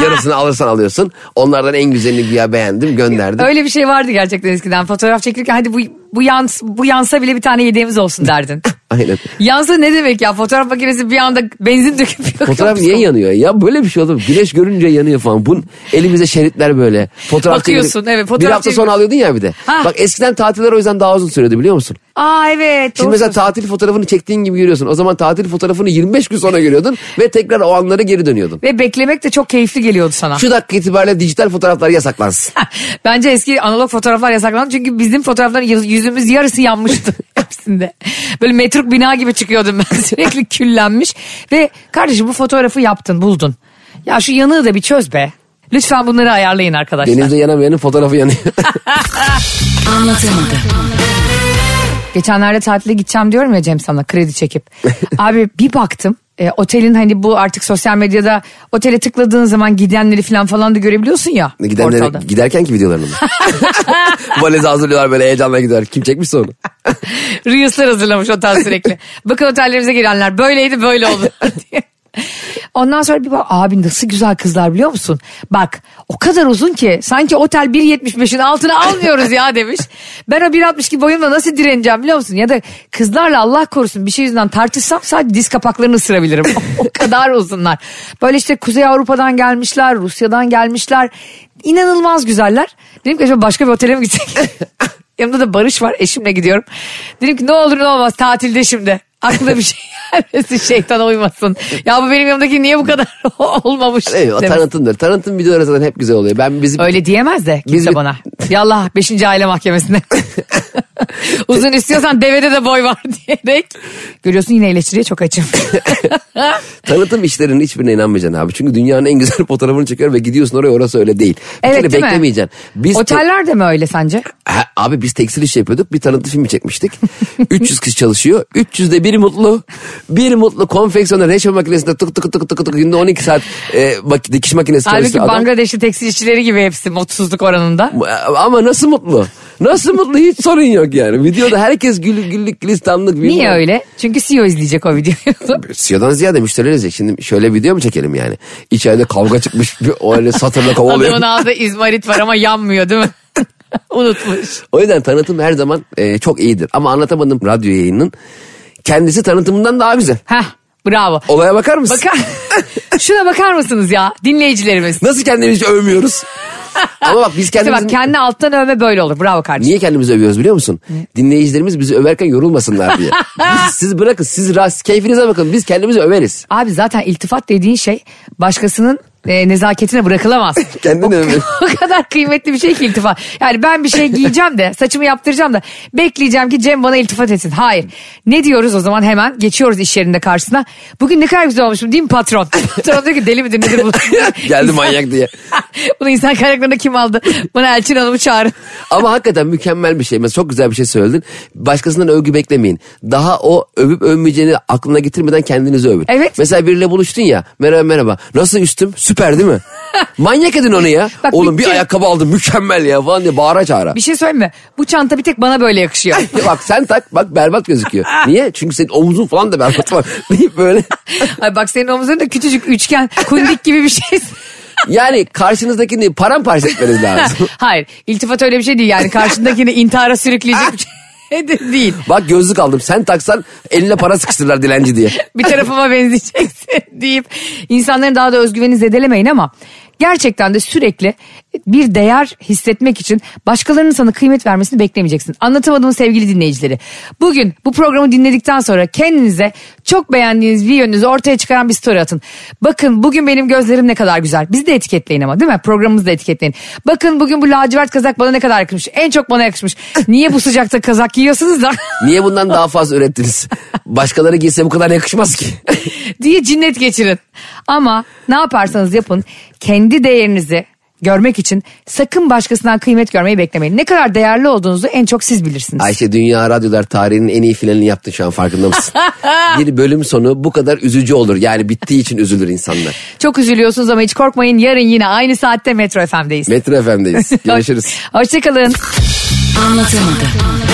Yarısını alırsan alıyorsun. Onlardan en güzelini güya beğendim gönderdim. Öyle bir şey vardı gerçekten eskiden. Fotoğraf çekilirken hadi bu bu yans bu yansa bile bir tane yedeğimiz olsun derdin. Aynen. yansa ne demek ya? Fotoğraf makinesi bir anda benzin döküp yakıyor. Fotoğraf niye yanıyor? Ya böyle bir şey olur. mu? Güneş görünce yanıyor falan. Bunun elimizde şeritler böyle. Fotoğraf Bakıyorsun, çevirip- evet, fotoğraf Bir hafta çeviriyorsun. sonra alıyordun ya bir de. Ha. Bak eskiden tatiller o yüzden daha uzun sürüyordu biliyor musun? Aa evet. Şimdi doğru mesela söylüyorsun. tatil fotoğrafını çektiğin gibi görüyorsun. O zaman tatil fotoğrafını 25 gün sonra görüyordun ve tekrar o anlara geri dönüyordun. Ve beklemek de çok keyifli geliyordu sana. Şu dakika itibariyle dijital fotoğraflar yasaklansın. Bence eski analog fotoğraflar yasaklandı çünkü bizim fotoğrafların yüz- yüzümüz yarısı yanmıştı hepsinde. Böyle metruk bina gibi çıkıyordum ben sürekli küllenmiş. Ve kardeşim bu fotoğrafı yaptın buldun. Ya şu yanığı da bir çöz be. Lütfen bunları ayarlayın arkadaşlar. Denizde yanamayanın fotoğrafı yanıyor. Geçenlerde tatile gideceğim diyorum ya Cem sana kredi çekip. Abi bir baktım e, otelin hani bu artık sosyal medyada otele tıkladığın zaman gidenleri falan falan da görebiliyorsun ya. Gidenlere, portalda. giderken ki videolarını. mı? Valizi hazırlıyorlar böyle heyecanla gidiyorlar. Kim çekmişse onu. Reels'ler hazırlamış otel sürekli. Bakın otellerimize girenler böyleydi böyle oldu diye. Ondan sonra bir bak abi nasıl güzel kızlar biliyor musun? Bak o kadar uzun ki sanki otel 1.75'in altına almıyoruz ya demiş. Ben o 1.62 boyumla nasıl direneceğim biliyor musun? Ya da kızlarla Allah korusun bir şey yüzünden tartışsam sadece diz kapaklarını ısırabilirim. o kadar uzunlar. Böyle işte Kuzey Avrupa'dan gelmişler, Rusya'dan gelmişler. İnanılmaz güzeller. Dedim ki acaba başka bir otele mi gitsek? Yanımda da Barış var eşimle gidiyorum. Dedim ki ne olur ne olmaz tatilde şimdi. Aklına bir şey gelmesin şeytana uymasın. Ya bu benim yanımdaki niye bu kadar olmamış? Evet, o demiş. tanıtımdır. Tanıtım videoları zaten hep güzel oluyor. Ben bizim Öyle diyemez de kimse Biz- bana. Yallah 5. aile mahkemesine. Uzun istiyorsan devede de boy var diyerek. Görüyorsun yine eleştiriye çok açım. Tanıtım işlerinin hiçbirine inanmayacaksın abi. Çünkü dünyanın en güzel fotoğrafını çekiyor ve gidiyorsun oraya orası öyle değil. Bir Evet, kere değil mi? beklemeyeceksin. Biz te- Oteller de mi öyle sence? Ha, abi biz tekstil iş yapıyorduk. Bir tanıtım filmi çekmiştik. 300 kız çalışıyor. 300'de biri mutlu. Bir mutlu konfeksiyonlar reçel makinesinde tık tık tık tık tık günde 12 saat e, bak, dikiş makinesi Halbuki çalışıyor adam. Bangladeşli tekstil işçileri gibi hepsi mutsuzluk oranında. Ama nasıl mutlu? Nasıl mutlu hiç sorun yok yani. Videoda herkes gül, güllük gülistanlık. Niye bilmem. öyle? Çünkü CEO izleyecek o videoyu. CEO'dan ziyade müşteriler izleyecek. Şimdi şöyle video mu çekelim yani? İçeride kavga çıkmış bir o öyle satırla kovalıyor. Adamın ağzında izmarit var ama yanmıyor değil mi? Unutmuş. O yüzden tanıtım her zaman e, çok iyidir. Ama anlatamadım radyo yayının kendisi tanıtımından daha güzel. Heh bravo. Olaya bakar mısın? Bakar, şuna bakar mısınız ya dinleyicilerimiz? Nasıl kendimizi övmüyoruz? Ama bak biz İşte kendimizi... bak kendi alttan övme böyle olur. Bravo kardeşim. Niye kendimizi övüyoruz biliyor musun? Dinleyicilerimiz bizi överken yorulmasınlar diye. Biz- siz bırakın, siz rast, keyfinize bakın. Biz kendimizi överiz. Abi zaten iltifat dediğin şey başkasının e, nezaketine bırakılamaz. Kendini övmek. o kadar kıymetli bir şey ki iltifat. Yani ben bir şey giyeceğim de saçımı yaptıracağım da bekleyeceğim ki Cem bana iltifat etsin. Hayır. Ne diyoruz o zaman hemen geçiyoruz iş yerinde karşısına. Bugün ne kadar güzel olmuşum değil mi patron? patron diyor ki deli midir nedir bu? Geldi manyak diye. Bunu insan kaynaklarına kim aldı? Bana Elçin Hanım'ı çağırın. Ama hakikaten mükemmel bir şey. Mesela çok güzel bir şey söyledin. Başkasından övgü beklemeyin. Daha o övüp övmeyeceğini aklına getirmeden kendinizi övün. Evet. Mesela biriyle buluştun ya. Merhaba merhaba. Nasıl üstüm? Süper değil mi? Manyak edin onu ya. Bak Oğlum bir bitti. ayakkabı aldım mükemmel ya falan diye bağıra çağıra. Bir şey söyleyeyim mi? Bu çanta bir tek bana böyle yakışıyor. Ya bak sen tak bak berbat gözüküyor. Niye? Çünkü senin omuzun falan da berbat var. Deyip böyle. Ay bak senin omuzlarında küçücük üçgen kundik gibi bir şey. Yani karşınızdakini paramparça etmeniz lazım. Hayır iltifat öyle bir şey değil yani karşındakini intihara sürükleyecek bir şey de değil. Bak gözlük aldım. Sen taksan eline para sıkıştırırlar dilenci diye. Bir tarafıma benzeyeceksin deyip insanların daha da özgüvenini zedelemeyin ama gerçekten de sürekli bir değer hissetmek için başkalarının sana kıymet vermesini beklemeyeceksin. Anlatamadığım sevgili dinleyicileri. Bugün bu programı dinledikten sonra kendinize çok beğendiğiniz bir yönünüzü ortaya çıkaran bir story atın. Bakın bugün benim gözlerim ne kadar güzel. Bizi de etiketleyin ama değil mi? Programımızı da etiketleyin. Bakın bugün bu lacivert kazak bana ne kadar yakışmış. En çok bana yakışmış. Niye bu sıcakta kazak giyiyorsunuz da? Niye bundan daha fazla ürettiniz? Başkaları giyse bu kadar yakışmaz ki. diye cinnet geçirin. Ama ne yaparsanız yapın kendi değerinizi görmek için sakın başkasından kıymet görmeyi beklemeyin. Ne kadar değerli olduğunuzu en çok siz bilirsiniz. Ayşe Dünya Radyolar tarihinin en iyi finalini yaptın şu an farkında mısın? bir bölüm sonu bu kadar üzücü olur. Yani bittiği için üzülür insanlar. Çok üzülüyorsunuz ama hiç korkmayın yarın yine aynı saatte Metro FM'deyiz. Metro FM'deyiz. Görüşürüz. Hoşçakalın. Anlatamadım.